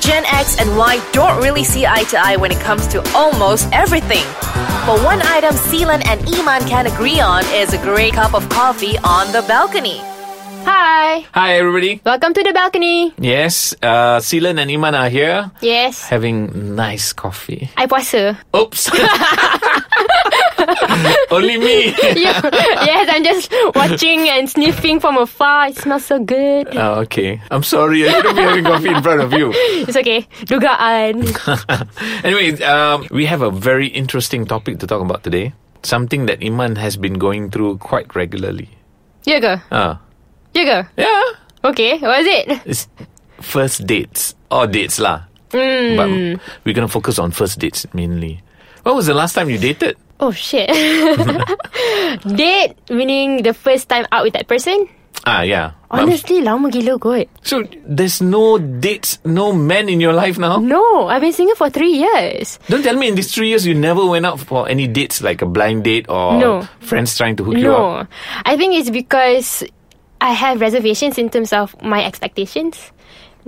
Gen X and Y don't really see eye to eye when it comes to almost everything. But one item Seelan and Iman can agree on is a great cup of coffee on the balcony. Hi, Hi, everybody. welcome to the balcony. Yes, uh, Silan and Iman are here Yes, having nice coffee. I puasa. Oops. Only me. Yeah. yes, I'm just watching and sniffing from afar. It smells so good. Oh, okay. I'm sorry. I shouldn't be having coffee in front of you. It's okay. Dugaan. anyway, um, we have a very interesting topic to talk about today. Something that Iman has been going through quite regularly. You go. Uh, You go. yeah. Okay, what is it? It's first dates. Or dates lah. But we're going to focus on first dates mainly. When was the last time you dated? Oh shit. Date meaning the first time out with that person? Ah, yeah. But- Honestly, lama gila kot. so there's no dates, no men in your life now? No, I've been single for three years. Don't tell me in these three years you never went out for any dates like a blind date or No. friends trying to hook you up. No, I think it's because I have reservations in terms of my expectations.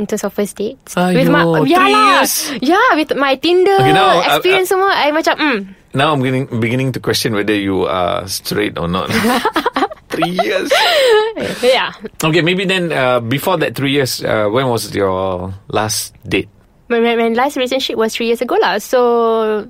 In terms of first dates Aiyo, yeah, three lah. years. yeah with my Tinder Okay, now, uh, I- experience semua I macam mm, Now I'm beginning, beginning to question whether you are straight or not. three years. yeah Okay, maybe then uh, before that three years, uh, when was your last date? my, my, my last relationship was three years ago lah so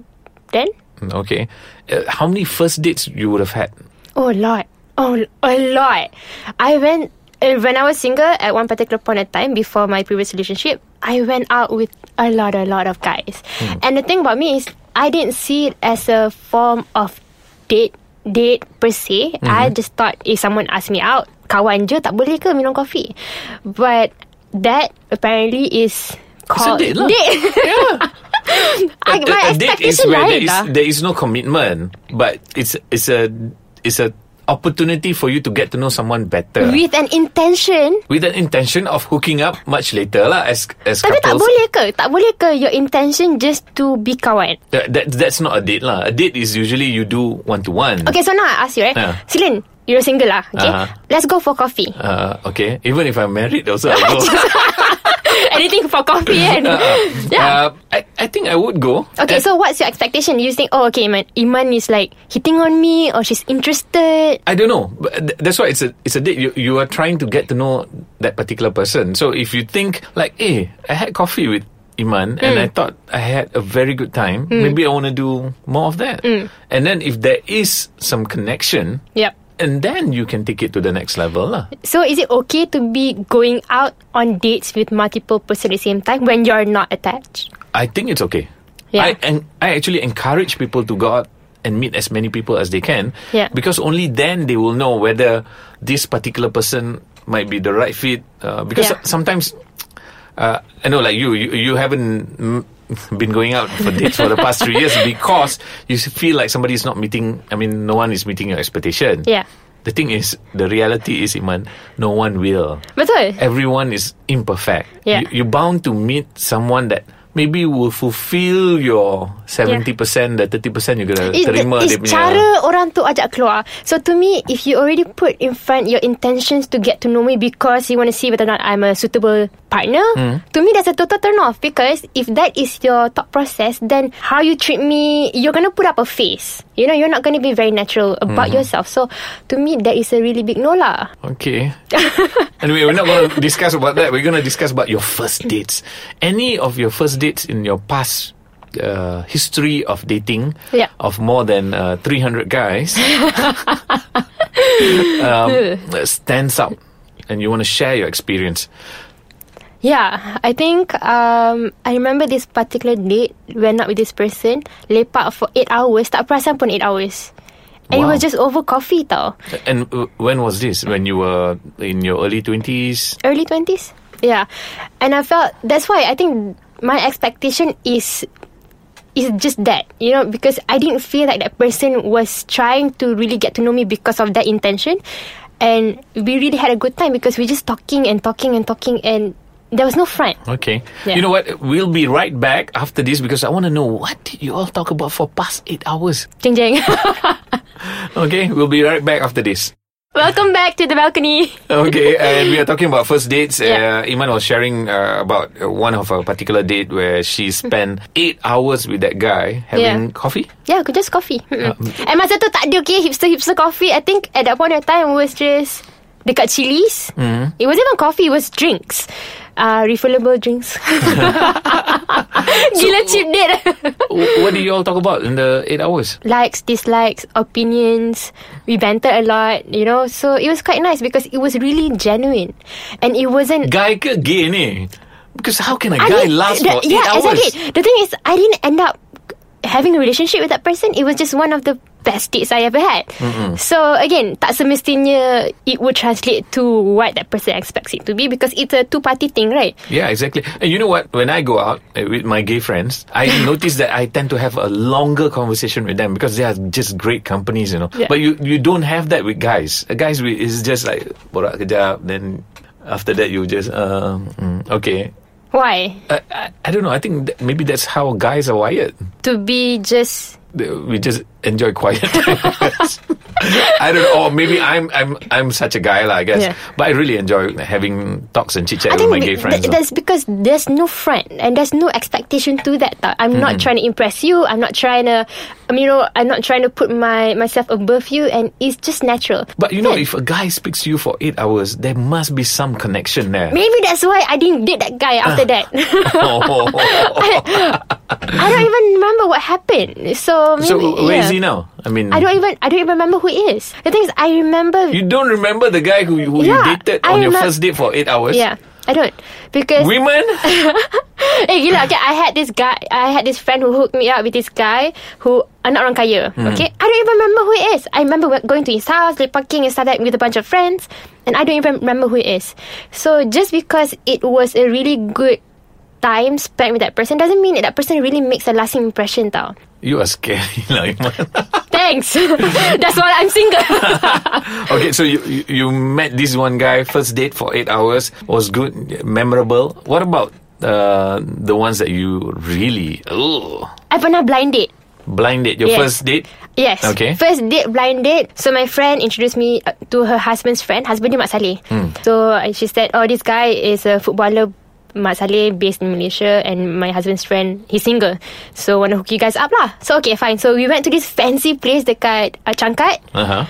then Mm, Okay. Uh, how many first dates you would have had? Oh, a lot. Oh, a lot. I went uh, when I was single at one particular point of time before my previous relationship. I went out with a lot, a lot of guys. Hmm. And the thing about me is, I didn't see it as a form of date, date per se. I Mm-hmm. just thought if someone asked me out, kawan je tak boleh ke minum kopi. But that apparently is called date lah. I, A- my a, a date is expectation where there lain is, lah. there is no commitment, but it's it's a it's a opportunity for you to get to know someone better With an intention with an intention of hooking up much later lah as as Tapi tak couples. boleh ke? Tak boleh ke your intention just to be kawan? That, that that's not a date lah. A date is usually you do one to one. Okay, so now I ask you, right? Yeah. Silin, you're single lah, okay? Uh-huh. Let's go for coffee. Uh, okay. Even if I'm married, also I go. Anything for coffee kan? yeah. Uh, I, I think I would go. Okay, And so what's your expectation? You think, oh, okay, Iman, Iman is like hitting on me or she's interested. I don't know. But th- that's why it's a it's a date. You you are trying to get to know that particular person. So if you think like, hey, I had coffee with Iman and Hmm. I thought I had a very good time. Maybe I want to do more of that. Hmm. And then if there is some connection, Yep. and then you can take it to the next level lah. So is it okay to be going out on dates with multiple person at the same time when you're not attached? I think it's okay. Yeah. I and I actually encourage people to go out and meet as many people as they can. Yeah. Because only then they will know whether this particular person might be the right fit. Uh, because Yeah. sometimes, uh, I know, like you, you, you haven't. mm, been going out for dates for the past three years because you s- feel like somebody is not meeting. I mean, no one is meeting your expectation. Yeah. The thing is, the reality is, Iman, no one will Betul? everyone is imperfect. Yeah. You, you're bound to meet someone that maybe will fulfill your 70%, the 30% you're going to It, terima it's dia punya. cara orang tu ajak keluar. So to me, if you already put in front your intentions to get to know me because you want to see whether or not I'm a suitable partner, Hmm. to me that's a total turn off because if that is your thought process, then how you treat me, you're gonna put up a face. You know, you're not gonna be very natural about Hmm. yourself. So to me, that is a really big no lah. Okay. anyway, we're not going to discuss about that. We're going to discuss about your first dates. Any of your first dates in your past uh, history of dating Yeah. of more than uh, 300 guys um, stands out and you want to share your experience. Yeah, I think um, I remember this particular date went out with this person, lepak for 8 hours, tak perasan pun 8 hours. And it Wow. was just over coffee tau. And uh, when was this? When you were in your early 20s? early 20s yeah and i felt that's why i think my expectation is is just that you know because i didn't feel like that person was trying to really get to know me because of that intention and we really had a good time because we just talking and talking and talking and there was no front Okay. Yeah. You know what? We'll be right back after this because I want to know what did you all talk about for past 8 hours. jeng jeng Okay, we'll be right back after this. Welcome back to the balcony. Okay, and we are talking about first dates. Yeah. Uh, Iman was sharing uh, about uh, one of her particular date where she spent eight hours with that guy Yeah. having coffee. Yeah, aku just coffee. Mm-mm. And masa tu tak ada okay, hipster-hipster coffee. I think at that point of time was just dekat Chili's. Mm. It wasn't even coffee, it was drinks. Uh, refillable drinks. Gila cheap date. W- what do you all talk about in the eight hours? likes, dislikes, opinions. We bantered a lot, you know. So it was quite nice because it was really genuine, and it wasn't. Guy ke gay ni? Because how can a I guy didn't- last the- for Ah, yeah, eight hours? exactly. The thing is, I didn't end up having a relationship with that person. It was just one of the best dates I ever had. So again, tak semestinya it would translate to what that person expects it to be because it's a two-party thing, right? Yeah, exactly. And you know what? When I go out uh, with my gay friends, I notice that I tend to have a longer conversation with them because they are just great companies, you know. Yeah. But you you don't have that with guys. Uh, guys we, is just like borak kejap, then after that you just um, mm, okay. Why Uh, I, I don't know. I think that maybe that's how guys are wired. to be just They- We just enjoy quiet. times. I don't know. Or maybe I'm I'm I'm such a guy, lah, I guess. Yeah. But I really enjoy having talks and chit chat I with think my be- gay friends. th- lah. that's because there's no friend and there's no expectation to that. tau. I'm not trying to impress you. I'm not trying to, um, you know, I'm not trying to put my myself above you. And it's just natural. But you know, Kan? if a guy speaks to you for eight hours, there must be some connection there. maybe that's why I didn't date that guy after Ah. that. I don't even remember what happened. So maybe, so where is yeah. he now? I mean, I don't even I don't even remember who he is. The thing is, I remember. you don't remember the guy who, who Yeah, you dated I on your remem- first date for eight hours? yeah, I don't because Women? Eh gila okay, I had this guy I had this friend who hooked me up with this guy Who Anak orang kaya Hmm. Okay I don't even remember who he is I remember we- going to his house Lepaking and stuff like With a bunch of friends And I don't even remember who he is So just because It was a really good Time spent with that person Doesn't mean that, that person Really makes a lasting impression tau You are scary, lah, Iman. Thanks That's why I'm single okay, so you, you you met this one guy first date for eight hours was good, memorable. What about uh, the ones that you really ugh, I pernah blind date blind date? Your Yes. first date? Yes. Okay. First date, blind date. So my friend introduced me uh, to her husband's friend. Husband dia Mat Saleh. So uh, she said, oh, this guy is a footballer Mat Saleh based in Malaysia and my husband's friend, he's single. So wanna hook you guys up lah. So okay, fine. So we went to this fancy place dekat uh, Changkat. Uh huh.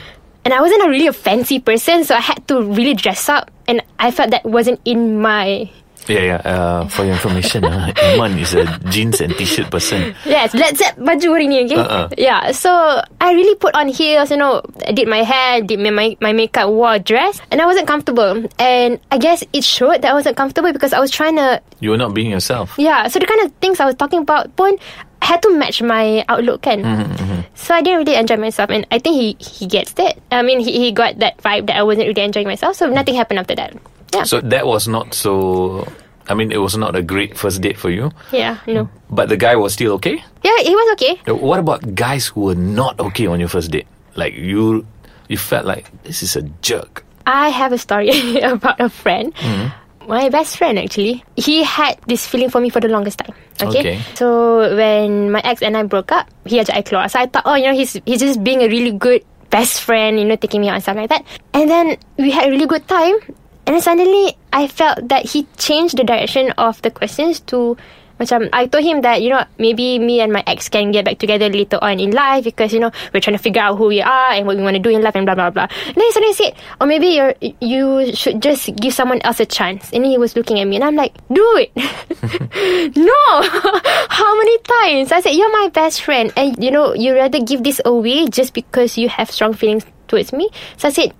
And I wasn't a really a fancy person, so I had to really dress up. And I felt that wasn't in my... Yeah, yeah. Uh, for your information, uh, Iman is a jeans and t-shirt person. Yes, let's set baju hari ni, okay? Uh-uh. Yeah, so I really put on heels, you know, I did my hair, did my, my, my makeup, wore a dress, and I wasn't comfortable. And I guess it showed that I wasn't comfortable because I was trying to, You are not being yourself. yeah, so the kind of things I was talking about pun, I had to match my outlook, kan? Mm-hmm, So I didn't really enjoy myself, and I think he, he gets that. I mean, he, he got that vibe that I wasn't really enjoying myself, so nothing happened after that. Yeah. So that was not so. I mean, it was not a great first date for you, yeah, no. but the guy was still okay. Yeah, he was okay. Uh, What about guys who were not okay on your first date? Like you, you felt like this is a jerk. I have a story about a friend. My best friend actually. He had this feeling for me for the longest time. Okay? Okay. So when my ex and I broke up, he ajak I keluar. So I thought, oh, you know, he's he's just being a really good best friend, you know, taking me out and stuff like that. And then we had a really good time. And then suddenly I felt that he changed the direction of the questions to macam I told him that you know maybe me and my ex can get back together later on in life because you know we're trying to figure out who we are and what we want to do in life and blah blah blah. And then he suddenly said, "Or maybe you are you should just give someone else a chance." And then he was looking at me and I'm like, "Dude, no! How many times?" I said, "You're my best friend, and you know you rather give this away just because you have strong feelings towards me." So I said.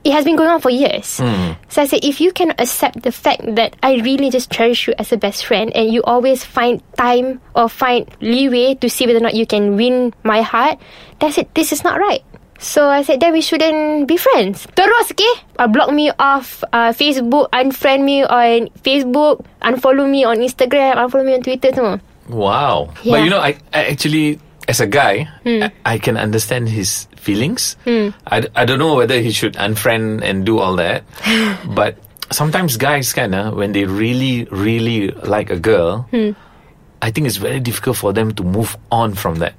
It has been going on for years. So I said, if you can accept the fact that I really just cherish you as a best friend and you always find time or find leeway to see whether or not you can win my heart, that's it. This is not right. So I said, then we shouldn't be friends. Terus, okay? Uh, block me off uh, Facebook, unfriend me on Facebook, unfollow me on Instagram, unfollow me on Twitter semua. Wow. But Yeah. Hmm. you know, I, I actually, as a guy, I, I can understand his feelings. I, d- I don't know whether he should unfriend and do all that. but sometimes guys, kind of, when they really, Hmm. really like a girl, I think it's very difficult for them to move on from that.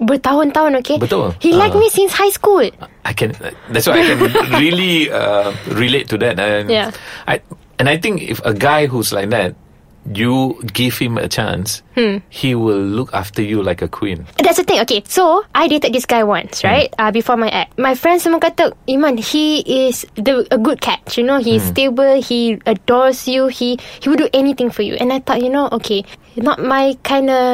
bertahun-tahun, okay? Betul. He liked Ah. me since high school. I can. That's why I can really uh, relate to that. And Yeah. I and I think if a guy who's like that, you give him a chance, Hmm. he will look after you like a queen. That's the thing. Okay, so I dated this guy once, right? Uh, before my act, my friends semua kata, Iman, he is the a good catch. You know, he's stable. He adores you. He he would do anything for you. And I thought, you know, okay, not my kind of.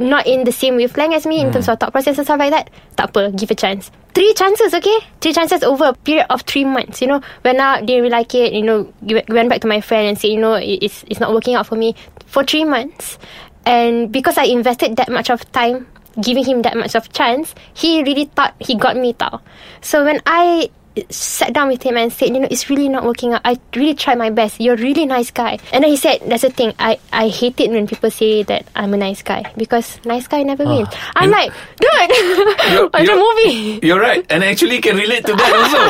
Not in the same wavelength as me in terms of thought process and stuff like that. Tak apa, give a chance. Three chances, okay? Three chances over a period of three months. You know, when I didn't really like it, you know, we- we went back to my friend and said, you know, it- it's it's not working out for me for three months. And because I invested that much of time giving him that much of chance, he really thought he got me tau. So when I sat down with him and said, you know, it's really not working out. I really tried my best. You're a really nice guy. And then he said, that's the thing. I, I hate it when people say that I'm a nice guy because nice guy never wins. I'm You- like, dude, watch a movie. You're right, and actually can relate to that also.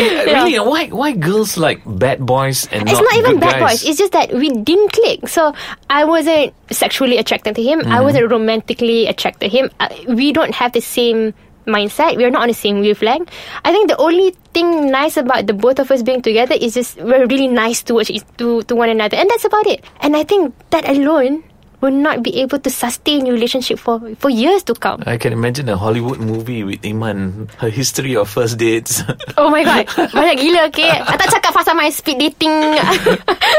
Eh, Yeah. Really, why why girls like bad boys and It's not even good bad guys? boys. It's just that we didn't click. So I wasn't sexually attracted to him. Mm. I wasn't romantically attracted to him. Uh, we don't have the same mindset. We're not on the same wavelength. I think the only thing nice about the both of us being together is just we're really nice towards each, to to one another, and that's about it. And I think that alone will not be able to sustain your relationship for for years to come. I can imagine a Hollywood movie with Iman, her history of first dates. Oh my god, banyak gila okay. I tak cakap pasal my speed dating.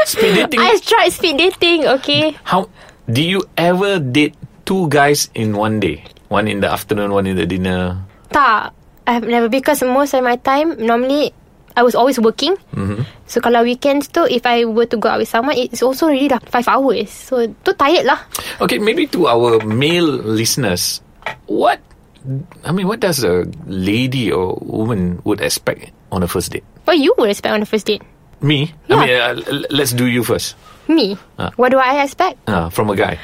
Speed dating. I tried speed dating, okay. How do you ever date two guys in one day? One in the afternoon, one in the dinner. Tak I've never Because most of my time Normally I was always working So kalau weekends tu If I were to go out with someone It's also already dah 5 hours So tu tired lah Okay, maybe to our male listeners, what I mean, what does a lady or woman would expect on a first date? What you would expect on a first date? Me? I mean, uh, l- let's do you first. Me Ah. What do I expect? Uh, from a guy.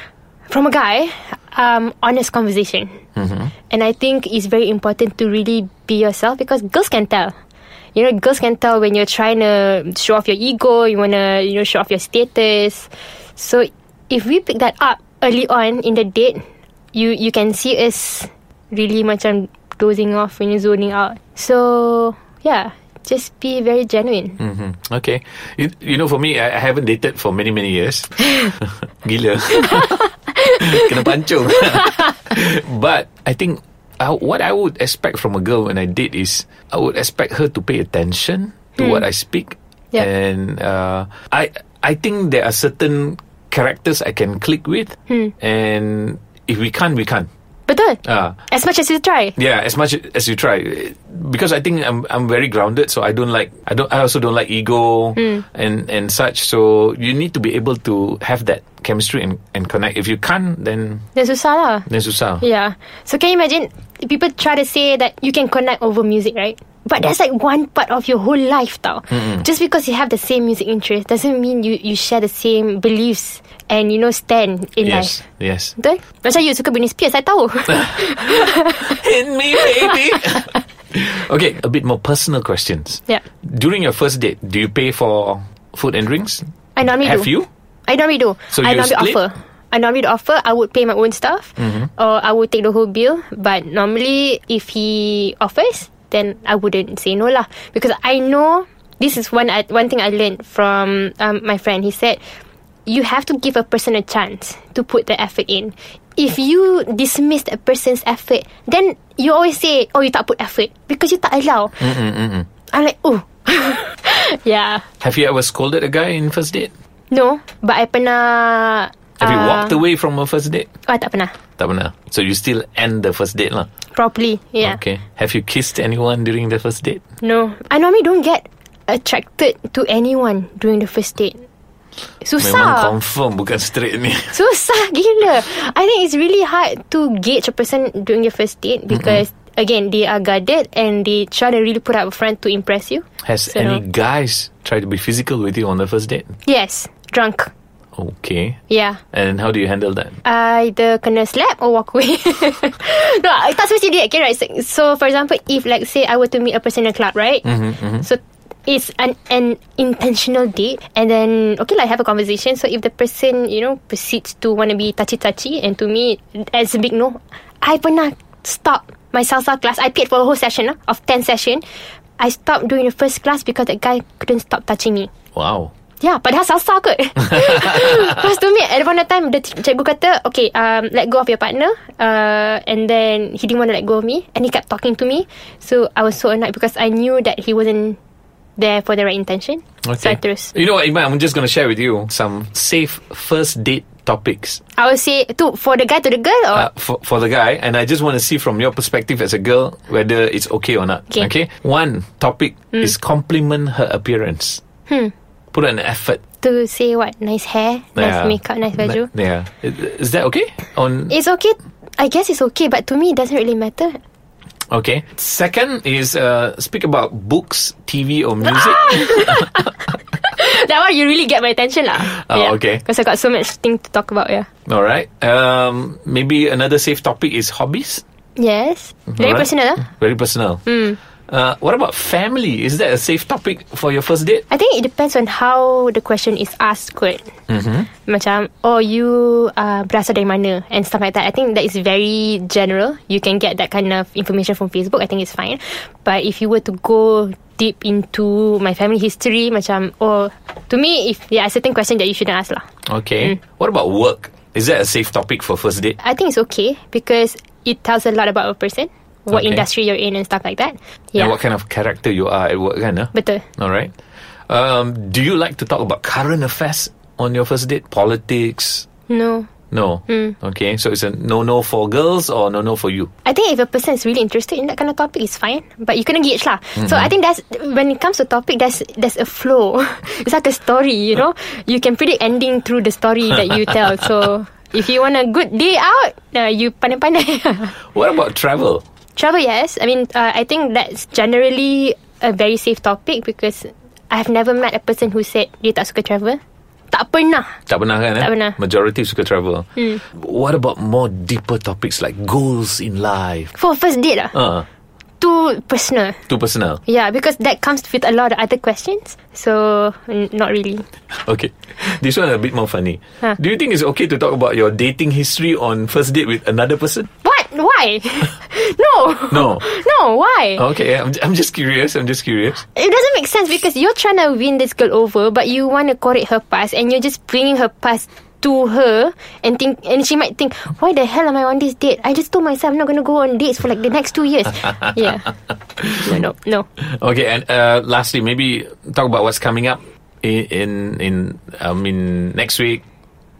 From a guy um, Honest conversation And I think it's very important To really be yourself Because girls can tell You know, girls can tell when you're trying to show off your ego, you wanna, you know, show off your status. So if we pick that up early on in the date, you you can see us really macam dozing off when you're zoning out. So yeah, just be very genuine. hmm Okay. You, you know, for me, I, I haven't dated for many, many years. Gila. Kena pancung. but I think uh, what I would expect from a girl when I date is I would expect her to pay attention to what I speak. Yeah. And uh, I, I think there are certain characters I can click with. And if we can't, we can't. Betul. Uh, As much as you try. yeah, as much as you try, because I think I'm I'm very grounded, so I don't like I don't I also don't like ego Hmm. and and such. So you need to be able to have that chemistry and, and connect. If you can't, then Dah susah lah. then susah. Yeah. So can you imagine people try to say that you can connect over music, right? But that's like one part of your whole life tau. Just because you have the same music interest doesn't mean you you share the same beliefs and you know stand in Yes, life. yes. Betul? Macam you suka Britney Spears, I tahu. Hit me, baby. okay, a bit more personal questions. yeah. During your first date, do you pay for food and drinks? I normally have do. you? I normally do. So I you normally split? Mm-hmm. offer. I normally offer. I would pay my own stuff, or I would take the whole bill. But normally, if he offers, then I wouldn't say no lah because I know this is one I, one thing I learned from um, my friend. He said you have to give a person a chance to put the effort in. If you dismiss a person's effort, then you always say, "Oh, you tak put effort because you tak allow." I'm like, oh, yeah. Have you ever scolded a guy in first date? No, but I pernah. Have you uh, walked away from a first date? Oh, I tak pernah. Tak pernah. So you still end the first date lah. Properly, yeah. Okay. Have you kissed anyone during the first date? No, I normally don't get attracted to anyone during the first date. Memang Susah. confirm bukan straight ni. Susah gila. I think it's really hard to gauge a person during your first date because again, they are guarded and they try to really put up a front to impress you. Has So any no. guys tried to be physical with you on the first date? Yes, drunk. Okay. Yeah. And how do you handle that? either kena slap or walk away. no, tak semesti dia. Okay, right. So, so, for example, if like say I were to meet a person in a club, right? So, it's an an intentional date, and then okay, like have a conversation. So if the person you know proceeds to want to be touchy touchy, and to me, that's a big no. I pernah stop my salsa class. I paid for a whole session ah, of 10 session. I stopped during the first class because that guy couldn't stop touching me. Wow. Yeah, Ya, padahal salsa kot. Lepas tu me, at one time, the t- cikgu kata, okay, um, let go of your partner. Uh, and then he didn't want to let go of me. And he kept talking to me. So I was so annoyed because I knew that he wasn't there for the right intention. So I terus. You know what, Iman? I'm just going to share with you some safe first date topics I would say, to, for the guy to the girl or? uh, for, for the guy, and I just want to see from your perspective as a girl whether it's okay or not. Okay. Hmm. One topic is compliment her appearance. Put an effort. to say what? Nice hair, Hmm. nice makeup, nice baju. Na- yeah. I- Is that okay? On It's okay. I guess it's okay, but to me, it doesn't really matter. okay. Second is uh, speak about books, TV, or music. Ah! that one, you really get my attention lah. Oh, okay. Because I got so much thing to talk about, yeah. All right. Um, maybe another safe topic is hobbies. Yes. Very Alright. personal Hmm. lah. Very personal. Uh, what about family? Is that a safe topic for your first date? I think it depends on how the question is asked kot. Mm-hmm. Macam, oh you uh, berasal dari mana and stuff like that. I think that is very general. You can get that kind of information from Facebook. I think it's fine. But if you were to go deep into my family history, macam, oh, to me, if there are certain questions that you shouldn't ask lah. Okay. Hmm. What about work? Is that a safe topic for first date? I think it's okay because it tells a lot about a person, what Okay. industry you're in and stuff like that. Yeah. And what kind of character you are at work, kind of? Betul. All right. Um, do you like to talk about current affairs on your first date? Politics? No. No. Hmm. Okay. So it's a no no for girls or no no for you? I think if a person is really interested in that kind of topic, it's fine. But you can gauge lah. So I think that's when it comes to topic, there's there's a flow. it's like a story, you know. You can predict ending through the story that you tell. So if you want a good day out, uh, you pandai-pandai. What about travel? Travel, yes. I mean, uh, I think that's generally a very safe topic because I've never met a person who said dia tak suka travel. Tak pernah. Tak pernah kan? eh? Tak pernah. Hmm. Majority suka travel. What about more deeper topics like goals in life? For a first date lah. Uh, Too personal. too personal. Yeah, because that comes with a lot of other questions. So, n- not really. Okay. This one a bit more funny. Huh. Do you think it's okay to talk about your dating history on first date with another person? What? Why? no. No. Oh. No, why? Okay, I'm, I'm just curious. I'm just curious. It doesn't make sense because you're trying to win this girl over, but you want to correct her past, and you're just bringing her past to her, and think, and she might think, why the hell am I on this date? I just told myself I'm not gonna go on dates for like the next two years. yeah. No, no, no. Okay, and uh, lastly, maybe talk about what's coming up in in, in I mean next week.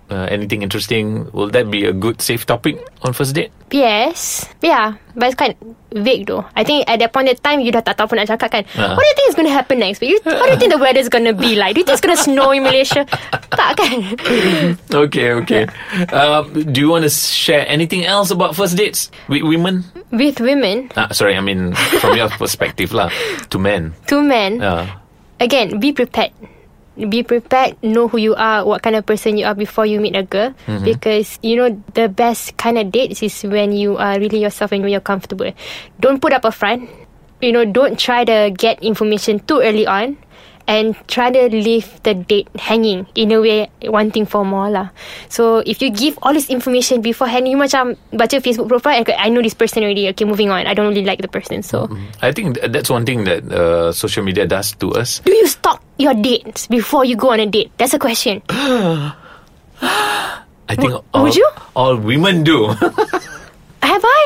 Uh, anything interesting? Will that be a good safe topic on first date? Yes. Yeah. But it's quite vague though. I think at that point in time, you dah tak tahu pun nak cakap kan. Ah. What do you think is going to happen next week? You, what do you think the weather's going to be like? Do you think it's going to snow in Malaysia? tak kan? Okay, okay. Uh, do you want to share anything else about first dates with women? With women, Ah, sorry, I mean from your perspective lah, to men. two men, Uh, again, be prepared. Be prepared, know who you are, what kind of person you are before you meet a girl. Because, you know, the best kind of dates is when you are really yourself and when you're comfortable. Don't put up a front. You know, don't try to get information too early on. And try to leave the date hanging in a way, wanting for more lah. So if you give all this information beforehand, you macam baca Facebook profile, okay, I know this person already. Okay, moving on. I don't really like the person. So I think th- that's one thing that uh, social media does to us. Do you stalk your dates before you go on a date? That's a question. I think all, would you? all women do. Have I?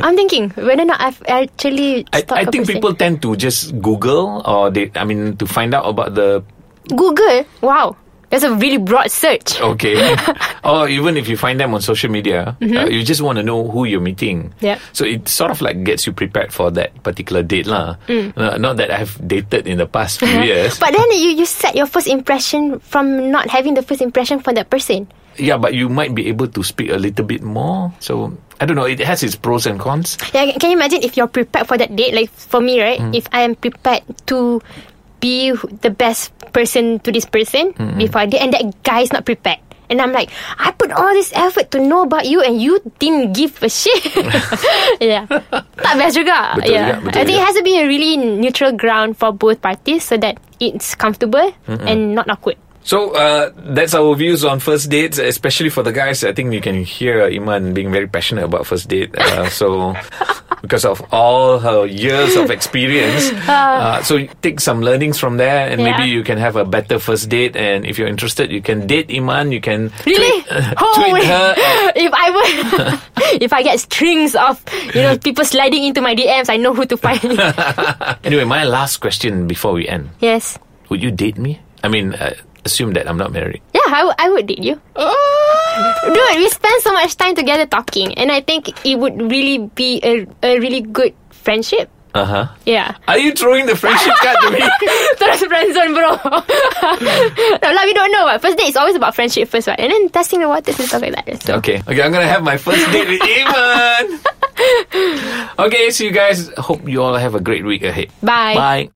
I'm thinking whether or not I've actually I, stalked I a think person. people tend to just Google or they, I mean, to find out about the Google. Wow, that's a really broad search. okay, or even if you find them on social media, uh, you just want to know who you're meeting. Mm-hmm. Yep. So it sort of like gets you prepared for that particular date, lah. Uh, not that I've dated in the past few Mm. years. But then you you set your first impression from not having the first impression from that person. yeah, but you might be able to speak a little bit more. So I don't know. It has its pros and cons. Yeah, can you imagine if you're prepared for that date? Like for me, right? Mm. If I am prepared to be the best person to this person before I date, and that guy is not prepared. And I'm like, I put all this effort to know about you, and you didn't give a shit. yeah, tak best juga. Betul yeah, juga, betul I think it juga. has to be a really neutral ground for both parties so that it's comfortable and not awkward. So uh, that's our views on first dates, especially for the guys. I think you can hear Iman being very passionate about first date. Uh, so because of all her years of experience, uh, so take some learnings from there, and Yeah. maybe you can have a better first date. And if you're interested, you can date Iman. You can Really? tweet, Oh, tweet wait. her. at- if I were, if I get strings of you know people sliding into my DMs, I know who to find. Ah, anyway, my last question before we end: yes. Would you date me? I mean, uh, assume that I'm not married. Yeah, I would- I would date you. Dude, we spend so much time together talking, and I think it would really be a, a really good friendship. Uh huh. Yeah. Are you throwing the friendship card to me? Terus friendzone bro No lah we don't know what First date is always about friendship first right And then testing the waters and stuff like that so. Okay. Okay, I'm gonna have my first date with Iman. okay, so you guys hope you all have a great week ahead. Bye. Bye.